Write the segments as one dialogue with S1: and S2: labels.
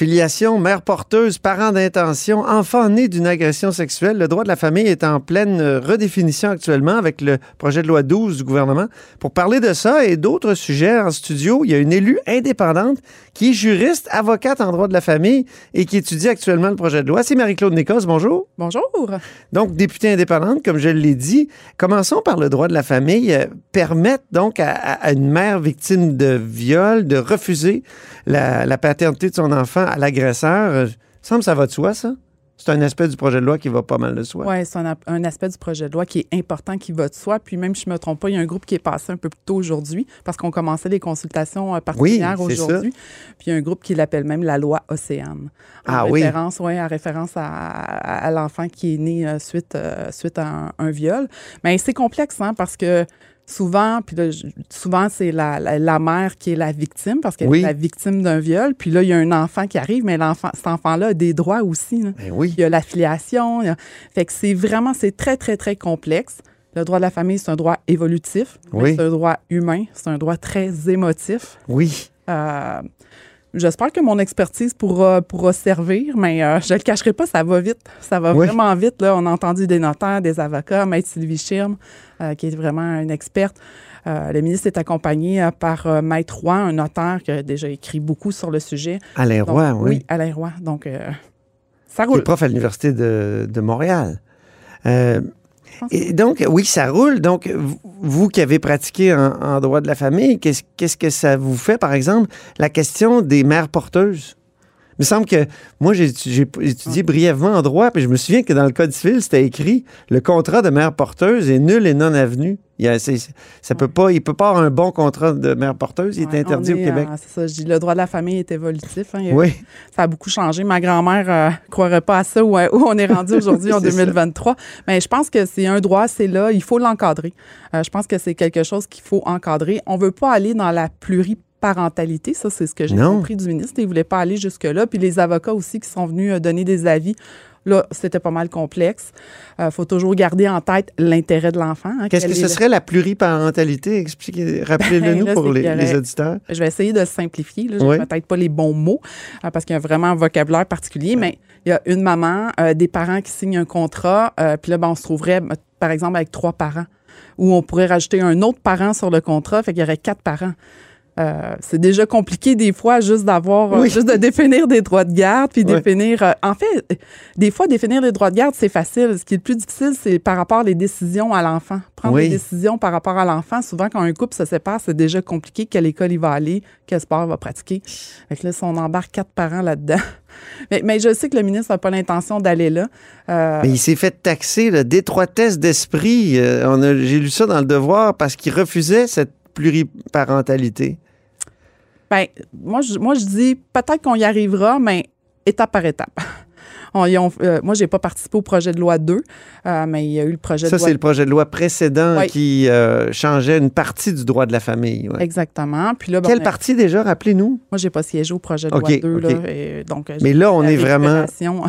S1: Filiation, mère porteuse, parent d'intention, enfant né d'une agression sexuelle, le droit de la famille est en pleine euh, redéfinition actuellement avec le projet de loi 12 du gouvernement. Pour parler de ça et d'autres sujets en studio, il y a une élue indépendante qui est juriste, avocate en droit de la famille et qui étudie actuellement le projet de loi. C'est Marie-Claude Nécosse. Bonjour.
S2: Bonjour.
S1: Donc, députée indépendante, comme je l'ai dit, commençons par le droit de la famille. Euh, permettre donc à, à- à une mère victime de viol de refuser la, la paternité de son enfant à l'agresseur, euh, semble ça va de soi, ça? C'est un aspect du projet de loi qui va pas mal de soi.
S2: Ouais, c'est un, ap- un aspect du projet de loi qui est important, qui va de soi. Puis même, si je me trompe pas, il y a un groupe qui est passé un peu plus tôt aujourd'hui parce qu'on commençait les consultations euh, particulières
S1: Oui, c'est ça.
S2: aujourd'hui. Puis il y a un groupe qui l'appelle même la loi Océane. En
S1: Ah oui.
S2: référence, ouais, en référence à, à- à l'enfant qui est né euh, suite, euh, suite à un, un viol. Mais c'est complexe, hein, parce que souvent, puis là, je- souvent c'est la, la, la mère qui est la victime parce qu'elle
S1: Oui.
S2: est la victime d'un viol. Puis là, il y a un enfant qui arrive, mais l'enfant, cet enfant-là a des droits aussi. là.
S1: Ben oui.
S2: Il y a l'affiliation. il y a- Fait que c'est vraiment, c'est très, très, très complexe. Le droit de la famille, c'est un droit évolutif. mais
S1: Oui.
S2: C'est un droit humain. C'est un droit très émotif.
S1: Oui.
S2: Euh, J'espère que mon expertise pourra, pourra servir, mais euh, je le cacherai pas, ça va vite. Ça va
S1: Oui.
S2: vraiment vite. Là. On a entendu des notaires, des avocats, Maître Sylvie Schirm, euh, qui est vraiment une experte. Euh, le ministre est accompagné euh, par euh, Maître Roy, un notaire qui a déjà écrit beaucoup sur le sujet.
S1: Alain
S2: Donc,
S1: Roy, oui.
S2: Alain Roy. Donc, euh, ça
S1: Qui est
S2: roule.
S1: prof à l'Université de, de Montréal. Euh,
S2: pense
S1: et donc, oui, ça roule. Donc, vous- vous qui avez pratiqué en, en droit de la famille, qu'est-ce qu'est-ce que ça vous fait, par exemple, la question des mères porteuses? Il me semble que moi, j'ai étu- j'ai p- étudié brièvement en droit, puis je me souviens que dans le Code civil, c'était écrit le contrat de mère porteuse est nul et non avenu. Il y a- c'est- ça peut pas, il peut pas avoir un bon contrat de mère porteuse, il
S2: Ouais,
S1: est interdit
S2: on
S1: au
S2: est,
S1: Québec.
S2: euh, c'est ça, je dis, le droit de la famille est évolutif. hein, il y a-
S1: oui,
S2: Ça a beaucoup changé. Ma grand-mère euh, croirait pas à ça où, où on est rendu aujourd'hui en
S1: C'est ça.
S2: 2023. Mais je pense que c'est un droit, c'est là, il faut l'encadrer. Euh, je pense que c'est quelque chose qu'il faut encadrer. On veut pas aller dans la pluriparentalité. Ça, c'est ce que j'ai
S1: Non.
S2: compris du ministre. Il voulait pas aller jusque-là. Puis les avocats aussi qui sont venus euh, donner des avis. Là, c'était pas mal complexe. Euh, faut toujours garder en tête l'intérêt de l'enfant. hein,
S1: Qu'est-ce
S2: quel
S1: que
S2: est
S1: ce
S2: le-
S1: serait la pluriparentalité? Expliquez, rappelez-le nous
S2: là,
S1: pour
S2: c'est
S1: les,
S2: qu'il y
S1: les
S2: aurait-
S1: auditeurs.
S2: Euh, Je vais essayer de simplifier. Là, j'ai
S1: Oui.
S2: peut-être pas les bons mots euh, parce qu'il y a vraiment un vocabulaire particulier, mais il y a une maman, euh, des parents qui signent un contrat, euh, puis là, ben, on se trouverait, ben, par exemple, avec trois parents, ou on pourrait rajouter un autre parent sur le contrat, fait qu'il y aurait quatre parents. Euh, c'est déjà compliqué des fois juste d'avoir euh,
S1: Oui.
S2: juste de définir des droits de garde puis
S1: Oui.
S2: définir euh, en fait euh, des fois définir les droits de garde c'est facile ce qui est le plus difficile c'est par rapport les décisions à l'enfant prendre
S1: Oui.
S2: des décisions par rapport à l'enfant souvent quand un couple se sépare c'est déjà compliqué quelle école il va aller quel sport il va pratiquer fait que là si on embarque quatre parents là-dedans mais, mais je sais que le ministre n'a pas l'intention d'aller là Euh,
S1: Mais il s'est fait taxer là, d'étroitesse d'esprit. Euh, on a- J'ai lu ça dans le devoir parce qu'il refusait cette pluriparentalité.
S2: Ben, moi, je, moi, je dis peut-être qu'on y arrivera, mais étape par étape. On, ils ont- euh, moi, j'ai pas participé au projet de loi 2, euh, mais il y a eu le projet
S1: Ça,
S2: de loi
S1: c'est le projet de loi précédent
S2: Oui.
S1: qui euh, changeait une partie du droit de la famille. ouais.
S2: Exactement. Puis là, ben,
S1: Quelle
S2: on a-
S1: partie déjà, rappelez-nous?
S2: moi, j'ai pas siégé au projet de
S1: OK,
S2: loi 2.
S1: OK.
S2: Là, et donc, euh,
S1: Mais là, on
S2: la
S1: est vraiment
S2: récupération,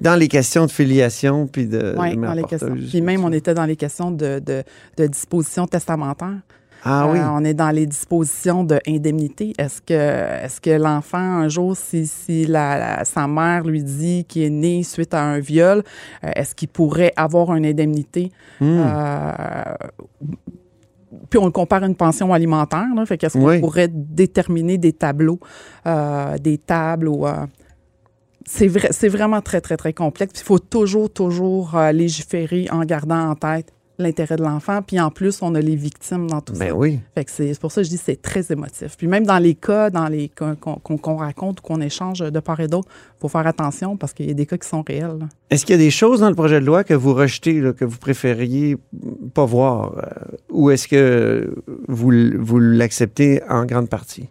S1: dans les questions de filiation puis de,
S2: ouais,
S1: de mère
S2: dans les questions.
S1: porteuse.
S2: Puis même, on était dans les questions de, de, de dispositions testamentaires.
S1: Ah
S2: Euh,
S1: oui,
S2: on est dans les dispositions de indemnité. Est-ce que, est-ce que l'enfant, un jour, si, si la, la- sa mère lui dit qu'il est né suite à un viol, euh, est-ce qu'il pourrait avoir une indemnité?
S1: Hmm.
S2: Euh, puis on le compare à une pension alimentaire. Là, fait qu'est-ce qu'on
S1: Oui.
S2: pourrait déterminer des tableaux, euh, des tables ou... euh, c'est, vrai, c'est vraiment très, très, très complexe. Puis Il faut toujours, toujours euh, légiférer en gardant en tête l'intérêt de l'enfant. Puis en plus, on a les victimes dans tout ça.
S1: ben oui.
S2: Fait que c'est c'est pour ça que je dis que c'est très émotif. Puis même dans les cas, dans les cas qu'on qu'on- qu'on raconte ou qu'on échange de part et d'autre, faut faire attention parce qu'il y a des cas qui sont réels. là.
S1: Est-ce qu'il y a des choses dans le projet de loi que vous rejetez, là, que vous préfériez pas voir, euh, ou est-ce que vous, l- vous l'acceptez en grande partie?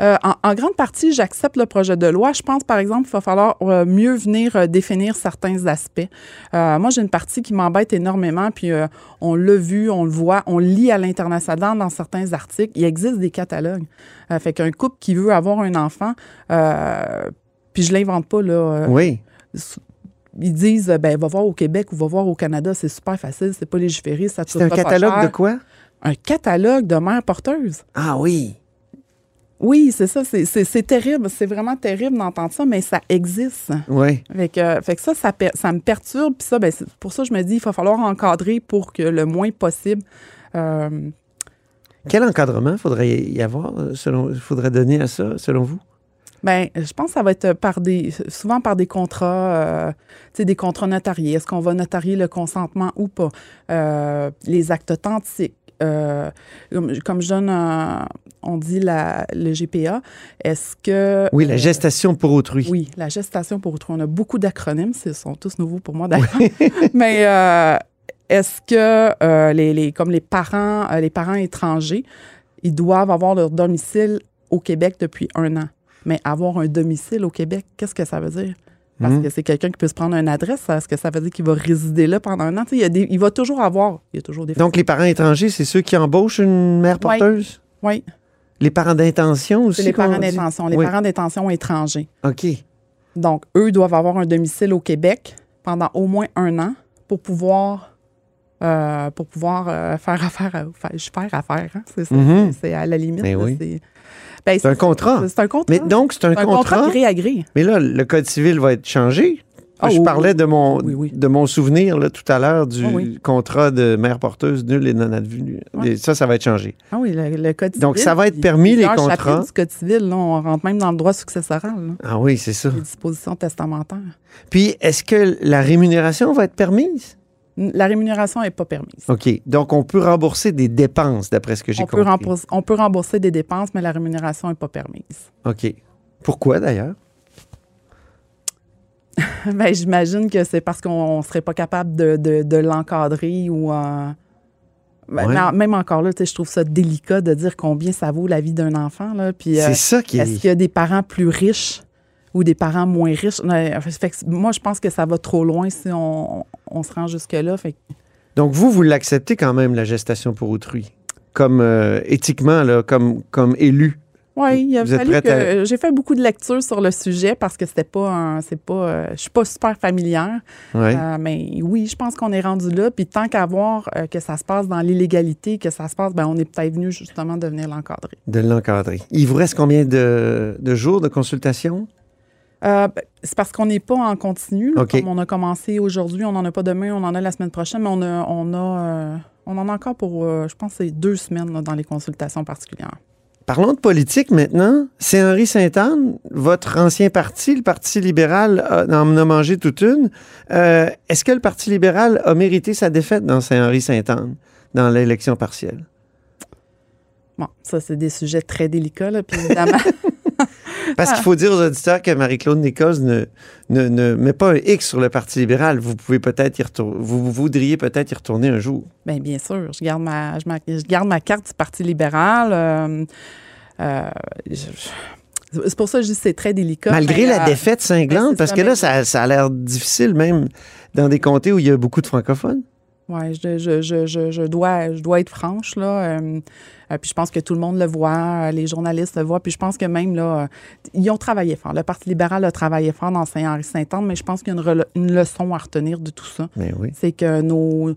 S2: Euh, en, en grande partie, j'accepte le projet de loi. Je pense, par exemple, qu'il va falloir euh, mieux venir euh, définir certains aspects. Euh, moi, j'ai une partie qui m'embête énormément, puis euh, on l'a vu, on le voit, on lit à l'international dans certains articles. Il existe des catalogues. Euh, fait qu'un couple qui veut avoir un enfant, euh, puis je l'invente pas, là, euh,
S1: Oui.
S2: ils disent euh, ben va voir au Québec ou va voir au Canada, c'est super facile, c'est pas légiféré, ça te
S1: C'est un
S2: coûtera pas
S1: catalogue
S2: cher.
S1: de quoi?
S2: un catalogue de mères porteuses.
S1: Ah oui.
S2: Oui, c'est ça. C'est- C'est c'est terrible. C'est vraiment terrible d'entendre ça, mais ça existe.
S1: Oui.
S2: Fait que, euh, fait que ça, ça, per- ça me perturbe. Puis ça, ben, c'est pour ça, je me dis, il va falloir encadrer pour que le moins possible. euh,
S1: Quel encadrement faudrait y avoir, euh, selon, faudrait donner à ça, selon vous?
S2: ben, je pense que ça va être par des, souvent par des contrats, euh, tu sais, des contrats notariés. Est-ce qu'on va notarier le consentement ou pas? Euh, les actes authentiques. Euh, comme, comme je donne, un- on dit la, le GPA, est-ce que...
S1: Oui, la
S2: euh,
S1: gestation pour autrui.
S2: Oui, la gestation pour autrui. On a beaucoup d'acronymes, ce sont tous nouveaux pour moi d'ailleurs. Mais euh, est-ce que euh, les, les- comme les parents, euh, les parents étrangers, ils doivent avoir leur domicile au Québec depuis un an? Mais avoir un domicile au Québec, qu'est-ce que ça veut dire? Parce
S1: Mhm.
S2: que c'est quelqu'un qui peut se prendre une adresse, est-ce que ça veut dire qu'il va résider là pendant un an? Tu sais, Il, y a des- il va toujours avoir, il y a toujours des...
S1: Donc, les parents étrangers, c'est ceux qui embauchent une mère
S2: Ouais.
S1: porteuse?
S2: oui,
S1: Les parents d'intention aussi?
S2: c'est les
S1: qu'on
S2: parents
S1: dit?
S2: d'intention, les
S1: Oui.
S2: parents d'intention étrangers.
S1: OK.
S2: Donc, eux doivent avoir un domicile au Québec pendant au moins un an pour pouvoir, euh, pour pouvoir euh, faire affaire. À, faire, je faire affaire, hein, c'est ça.
S1: Mhm.
S2: C'est à la limite.
S1: Mais
S2: là,
S1: oui.
S2: C'est ben,
S1: C'est un contrat.
S2: C'est un contrat.
S1: Mais donc, c'est un,
S2: C'est un
S1: contrat.
S2: contrat de gré à gré.
S1: Mais là, le code civil va être changé.
S2: Ah,
S1: je
S2: oui,
S1: parlais de mon,
S2: Oui, oui.
S1: de mon souvenir là, tout à l'heure du
S2: Ah, oui.
S1: contrat de mère porteuse nulle et non advenue.
S2: Ouais.
S1: Et Ça, ça va être changé.
S2: Ah oui, le, le code civil.
S1: Donc, ça va être
S2: puis
S1: permis, les
S2: plusieurs
S1: contrats.
S2: chapitres du code civil, là, on rentre même dans le droit successoral, là,
S1: Ah oui, c'est ça.
S2: les dispositions testamentaires.
S1: Puis, est-ce que la rémunération va être permise?
S2: La rémunération n'est pas permise.
S1: OK. Donc, on peut rembourser des dépenses, d'après ce que j'ai
S2: On peut,
S1: compris.
S2: rembourser, on peut rembourser des dépenses, mais la rémunération n'est pas permise.
S1: OK. Pourquoi, d'ailleurs?
S2: Ben, j'imagine que c'est parce qu'on serait pas capable de, de- de l'encadrer ou. euh, ben,
S1: Ouais.
S2: mais- Même encore là, tu sais, je trouve ça délicat de dire combien ça vaut la vie d'un enfant. Là, puis, euh,
S1: c'est ça qui
S2: est-ce
S1: est...
S2: qu'il y a des parents plus riches ou des parents moins riches? Ouais, fait que moi, je pense que ça va trop loin si on, on se rend jusque-là. Fait que-
S1: Donc, vous, vous l'acceptez quand même, la gestation pour autrui, comme euh, éthiquement, là, comme, comme élu.
S2: Ouais, il a
S1: Vous êtes
S2: fallu
S1: prête
S2: que
S1: à-
S2: j'ai fait beaucoup de lectures sur le sujet parce que c'était pas un- c'est pas euh, je suis pas super familière.
S1: Ouais.
S2: Euh, mais oui, je pense qu'on est rendu là. Puis tant qu'à voir euh, que ça se passe dans l'illégalité, que ça se passe, ben, on est peut-être venu justement de venir l'encadrer.
S1: De l'encadrer. Il vous reste combien de, de jours de consultation?
S2: Euh, ben, c'est parce qu'on n'est pas en continu. là.
S1: OK.
S2: Comme on a commencé aujourd'hui, on n'en a pas demain, on en a la semaine prochaine, mais on, a, on, a, euh, on en a encore pour, euh, je pense, c'est deux semaines là, dans les consultations particulières.
S1: Parlons de politique maintenant. C'est Henri Sainte-Anne, votre ancien parti, le Parti libéral, a- en a mangé toute une. Euh, Est-ce que le Parti libéral a mérité sa défaite dans Saint-Henri-Sainte-Anne, dans l'élection partielle?
S2: Bon, ça, c'est des sujets très délicats, là, puis évidemment.
S1: Parce
S2: Ah.
S1: qu'il faut dire aux auditeurs que Marie-Claude Nicosse ne, ne, ne met pas un X sur le Parti libéral. Vous pouvez peut-être y retourner. Vous vous voudriez peut-être y retourner un jour.
S2: Bien, Ben, bien sûr, je garde ma, je, ma- je garde ma carte du Parti libéral. euh, euh, je- je- c'est pour ça que je dis que c'est très délicat.
S1: Malgré
S2: mais,
S1: la
S2: euh,
S1: défaite
S2: ben,
S1: cinglante,
S2: c'est
S1: parce
S2: ça,
S1: que
S2: mais-
S1: là, ça, ça a l'air difficile, même dans des comtés où il y a beaucoup de francophones.
S2: Oui, je, je, je, je, je dois, je dois être franche, là. Euh, euh, puis je pense que tout le monde le voit, euh, les journalistes le voient. Puis je pense que même, là, euh, ils ont travaillé fort. Le Parti libéral a travaillé fort dans Saint-Henri-Saint-Anne, mais je pense qu'il y a une, rele- une leçon à retenir de tout ça.
S1: Mais oui.
S2: C'est que nos.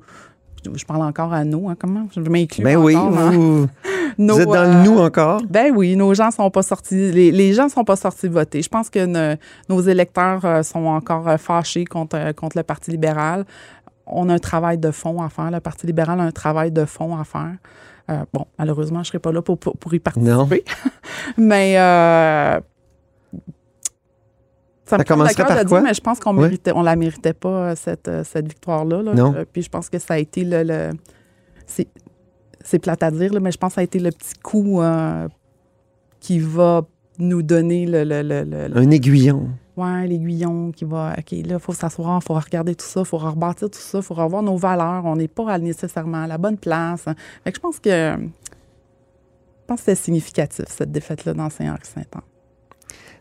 S2: Je parle encore à nous, hein, comment? Je m'inclus.
S1: Mais Ben oui,
S2: encore dans-
S1: vous,
S2: nos,
S1: vous êtes dans
S2: euh,
S1: le nous encore.
S2: ben oui, nos gens sont pas sortis, les, les gens sont pas sortis voter. Je pense que ne- nos électeurs euh, sont encore euh, fâchés contre, euh, contre le Parti libéral. On a un travail de fond à faire. Le Parti libéral a un travail de fond à faire. Euh, bon, malheureusement, je serai pas là pour, pour, pour y participer,
S1: Non.
S2: mais euh, ça me
S1: Ça commencerait
S2: prend le cœur
S1: par
S2: de dire,
S1: quoi?
S2: mais je pense qu'on
S1: Oui.
S2: méritait, on la méritait pas euh, cette, euh, cette victoire-là. là.
S1: Non.
S2: Euh, Puis je pense que ça a été le, le- c'est c'est plate à dire, là, mais je pense que ça a été le petit coup euh, qui va nous donner le, le, le- le- le-
S1: Un aiguillon.
S2: ouais, l'aiguillon qui va. OK, là, il faut s'asseoir, il faut regarder tout ça, il faut rebâtir tout ça, il faut revoir nos valeurs. On n'est pas à- nécessairement à la bonne place. hein. Fait que je pense que. Je pense que c'était significatif, cette défaite-là, dans Saint-Henri-Saint-Anne.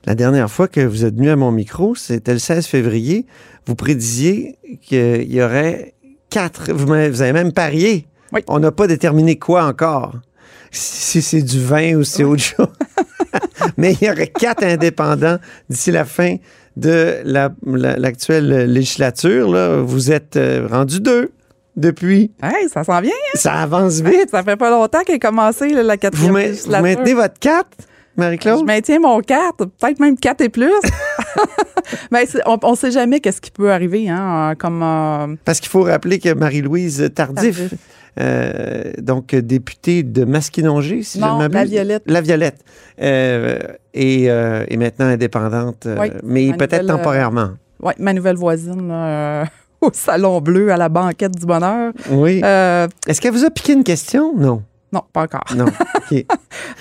S1: La dernière fois que vous êtes venu à mon micro, c'était le 16 février. Vous prédisiez qu'il y aurait quatre. Vous m'avez- vous avez même parié.
S2: Oui.
S1: On n'a pas déterminé quoi encore. Si si c'est du vin ou si c'est autre chose. Mais il y aurait quatre indépendants d'ici la fin de la- la- l'actuelle législature. là. Vous êtes rendu deux depuis.
S2: Hey, ça s'en vient!
S1: Ça avance vite.
S2: Ça fait pas longtemps qu'elle a commencé, là, la
S1: Vous,
S2: quatrième
S1: main- vous
S2: législature.
S1: maintenez votre 4, Marie-Claude?
S2: Je maintiens mon 4, peut-être même 4 et plus. Mais c'est- on ne sait jamais qu'est-ce qui peut arriver, hein, euh, comme... euh,
S1: Parce qu'il faut rappeler que Marie-Louise Tardif,
S2: Tardif.
S1: euh, donc députée de Masquinongé, si
S2: Non,
S1: je ne m'abuse.
S2: La Violette.
S1: La Violette. euh, et, euh, est maintenant indépendante, euh,
S2: Oui,
S1: mais
S2: ma
S1: peut-être
S2: nouvelle, euh,
S1: temporairement.
S2: ouais, ma nouvelle voisine, là, euh, au Salon Bleu, à la banquette du bonheur.
S1: Oui.
S2: Euh,
S1: Est-ce qu'elle vous a piqué une question? Non.
S2: non, pas encore.
S1: Non. OK.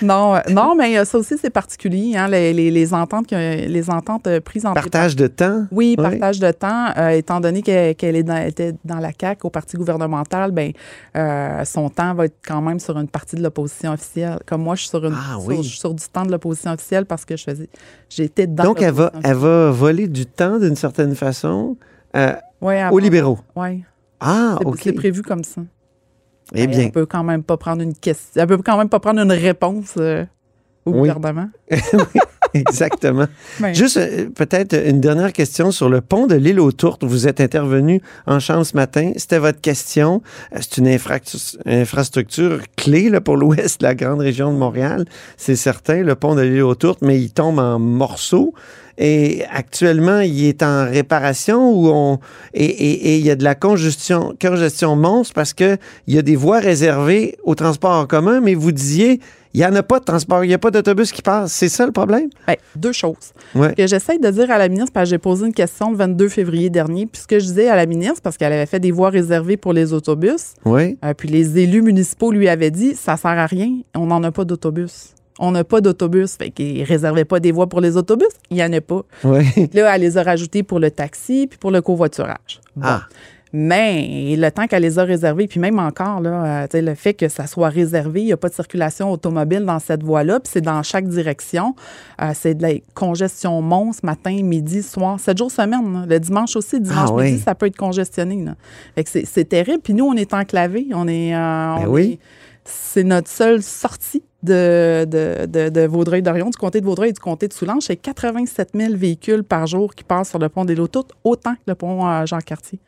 S2: Non, euh, non, mais euh, ça aussi, c'est particulier, hein, les, les, les ententes, que- les ententes euh, prises entre les
S1: Partage de temps.
S2: Oui,
S1: Oui.
S2: partage de temps. Euh, étant donné qu'elle qu'elle est dans, était dans la CAQ au parti gouvernemental, ben, euh, son temps va être quand même sur une partie de l'opposition officielle. Comme moi, je suis sur, une,
S1: Ah
S2: sur-
S1: oui.
S2: je suis sur du temps de l'opposition officielle parce que je faisais, j'étais dans.
S1: Donc, elle va,
S2: l'opposition
S1: elle va voler du temps d'une certaine façon euh,
S2: officielle. Ouais, avant-
S1: aux libéraux.
S2: ouais.
S1: Ah,
S2: C'est-
S1: OK.
S2: C'est prévu comme ça.
S1: Eh
S2: Ben,
S1: bien,
S2: Elle peut quand même pas prendre une question. Elle peut quand même pas prendre une réponse euh, au
S1: Oui.
S2: gouvernement.
S1: exactement.
S2: Ben,
S1: Juste euh, peut-être une dernière question sur le pont de l'île aux Tourtes. Vous êtes intervenu en chambre ce matin. C'était votre question. Euh, C'est une infractu- infrastructure clé là, pour l'ouest de la grande région de Montréal. C'est certain, le pont de l'île aux Tourtes, mais il tombe en morceaux. Et actuellement, il est en réparation où on et, et- et il y a de la congestion, congestion monstre parce que il y a des voies réservées au transport en commun, mais vous disiez il n'y en a pas de transport, il n'y a pas d'autobus qui passe. C'est ça le problème?
S2: ben, deux choses.
S1: Ouais.
S2: que j'essaie de dire à la ministre, parce que j'ai posé une question le 22 février dernier, puis ce que je disais à la ministre, parce qu'elle avait fait des voies réservées pour les autobus,
S1: Oui.
S2: euh, puis les élus municipaux lui avaient dit, ça sert à rien, on n'en a pas d'autobus. On n'a pas d'autobus. Fait qu'ils réservaient pas des voies pour les autobus, il n'y en a pas.
S1: Oui.
S2: Là, elle les a rajoutées pour le taxi, puis pour le covoiturage. Bon.
S1: Ah.
S2: Mais le temps qu'elle les a réservés, puis même encore, là, euh, tu sais, le fait que ça soit réservé, il n'y a pas de circulation automobile dans cette voie-là, puis c'est dans chaque direction. Euh, c'est de la congestion monstre matin, midi, soir, sept jours semaine. là. Le dimanche aussi, dimanche
S1: Ah
S2: midi,
S1: oui.
S2: ça peut être congestionné. là. Fait que c'est- c'est terrible. Puis nous, on est enclavés. On est, euh,
S1: Ben
S2: on
S1: oui.
S2: est- c'est notre seule sortie de, de, de, de Vaudreuil-Dorion, du comté de Vaudreuil et du comté de Soulanges. C'est 87 000 véhicules par jour qui passent sur le pont des Lotoutes, autant que le pont euh, Jean-Cartier.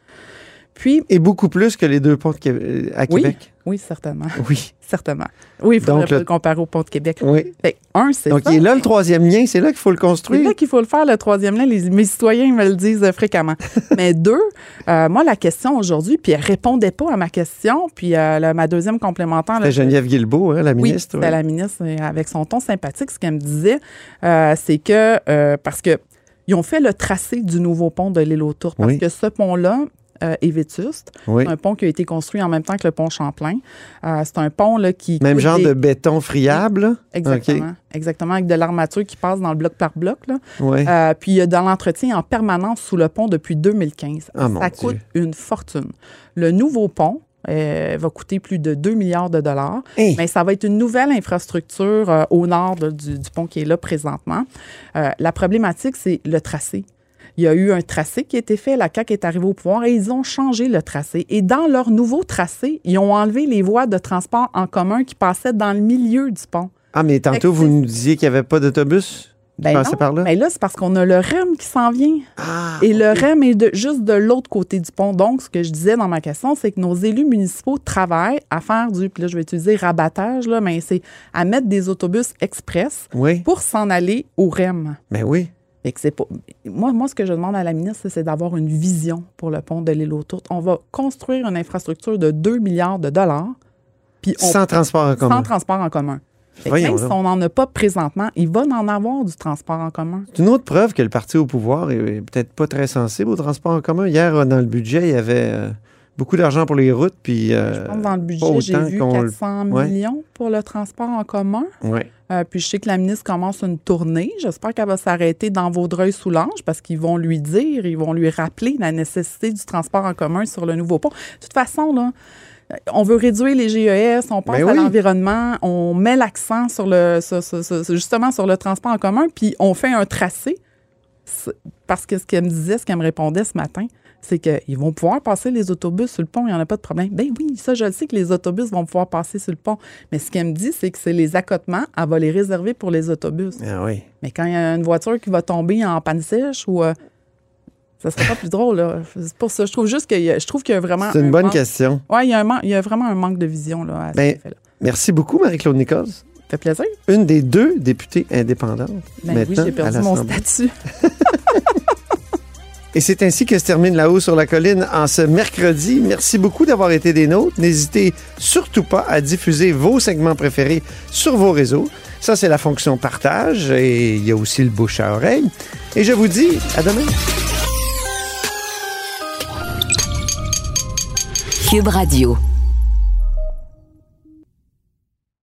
S2: Puis,
S1: Et beaucoup plus que les deux ponts de Qué- à
S2: oui,
S1: Québec.
S2: oui, certainement.
S1: Oui.
S2: Certainement. Oui, il faudrait
S1: Donc,
S2: pas
S1: le-
S2: le comparer au pont de Québec.
S1: Oui.
S2: Fait que, un, c'est
S1: Donc,
S2: ça.
S1: il est là le troisième lien, c'est là qu'il faut le
S2: C'est
S1: construire.
S2: là qu'il faut le faire, le troisième lien. Les, mes citoyens me le disent euh, fréquemment. Mais deux, euh, moi, la question aujourd'hui, puis elle répondait pas à ma question, puis euh, là, ma deuxième complémentaire... là,
S1: C'était Geneviève Guilbeault, hein, la
S2: oui,
S1: ministre.
S2: c'était
S1: ouais.
S2: la ministre, euh, avec son ton sympathique, ce qu'elle me disait, euh, c'est que... euh, parce que ils ont fait le tracé du nouveau pont de l'île aux Tours, parce
S1: Oui.
S2: que ce pont-là euh, est vétuste.
S1: Oui.
S2: C'est un pont qui a été construit en même temps que le pont Champlain. Euh, c'est un pont là, qui...
S1: Même
S2: coule
S1: genre
S2: des-
S1: de béton friable.
S2: Exactement. Exactement, avec de l'armature qui passe dans le bloc par bloc. Là.
S1: Oui.
S2: Euh, puis il y a dans l'entretien en permanence sous le pont depuis 2015.
S1: Ah, mon
S2: ça
S1: Dieu.
S2: coûte une fortune. Le nouveau pont euh, va coûter plus de 2 milliards de dollars.
S1: Hey.
S2: Mais ça va être une nouvelle infrastructure euh, au nord de- du, du pont qui est là présentement. Euh, la problématique, c'est le tracé. Il y a eu un tracé qui a été fait, la CAQ est arrivée au pouvoir et ils ont changé le tracé. Et dans leur nouveau tracé, ils ont enlevé les voies de transport en commun qui passaient dans le milieu du pont.
S1: Ah, mais tantôt, vous nous disiez qu'il n'y avait pas d'autobus
S2: Ben
S1: qui passait
S2: non,
S1: par là.
S2: Mais là, c'est parce qu'on a le REM qui s'en vient.
S1: Ah,
S2: Et le REM est de- juste de l'autre côté du pont. Donc, ce que je disais dans ma question, c'est que nos élus municipaux travaillent à faire du, puis là, je vais utiliser rabattage, là, mais c'est à mettre des autobus express
S1: oui.
S2: pour s'en aller au REM.
S1: Mais oui.
S2: Fait que c'est pas- moi, moi, ce que je demande à la ministre, c'est d'avoir une vision pour le pont de l'île aux Tourtes. On va construire une infrastructure de 2 milliards de dollars, puis on
S1: Sans transport en
S2: sans
S1: commun.
S2: transport en commun. Fait que
S1: Voyons
S2: même si
S1: donc.
S2: on n'en a pas présentement, il va en avoir du transport en commun.
S1: C'est une autre preuve que le parti au pouvoir est est peut-être pas très sensible au transport en commun. Hier, euh, dans le budget, il y avait euh, beaucoup d'argent pour les routes, puis... euh,
S2: Je pense que dans le budget,
S1: pas
S2: j'ai
S1: autant
S2: vu
S1: qu'on le-
S2: 400
S1: Ouais.
S2: millions pour le transport en commun.
S1: ouais.
S2: Euh, puis je sais que la ministre commence une tournée. J'espère qu'elle va s'arrêter dans Vaudreuil-Soulanges parce qu'ils vont lui dire, ils vont lui rappeler la nécessité du transport en commun sur le nouveau pont. De toute façon, là, euh, on veut réduire les GES, on pense
S1: Ben
S2: à
S1: oui.
S2: l'environnement, on met l'accent sur le, sur- sur- sur- justement sur le transport en commun, puis on fait un tracé. C'est- Parce que ce qu'elle me disait, ce qu'elle me répondait ce matin, c'est qu'ils vont pouvoir passer les autobus sur le pont, il n'y en a pas de problème. Ben oui, ça, je le sais que les autobus vont pouvoir passer sur le pont. Mais ce qu'elle me dit, c'est que c'est les accotements, elle va les réserver pour les autobus.
S1: Ah oui.
S2: Mais quand il y a une voiture qui va tomber en panne sèche ou. euh, ça serait pas plus drôle, là. C'est pour ça. Je trouve juste qu'il y a, je trouve qu'il y a vraiment.
S1: C'est
S2: un
S1: une bonne
S2: manque-
S1: question.
S2: Ouais, il y a, un man- il y a vraiment un manque de vision, là, à cet
S1: Ben,
S2: effet-là.
S1: Merci beaucoup, Marie-Claude Nichols.
S2: fait plaisir.
S1: Une des deux députées indépendantes.
S2: Ben oui,
S1: maintenant,
S2: j'ai perdu
S1: à
S2: mon
S1: l'Assemblée.
S2: statut.
S1: Et c'est ainsi que se termine La Haut sur la Colline en ce mercredi. Merci beaucoup d'avoir été des nôtres. N'hésitez surtout pas à diffuser vos segments préférés sur vos réseaux. Ça, c'est la fonction partage et il y a aussi le bouche à oreille. Et je vous dis à demain.
S3: Cube Radio.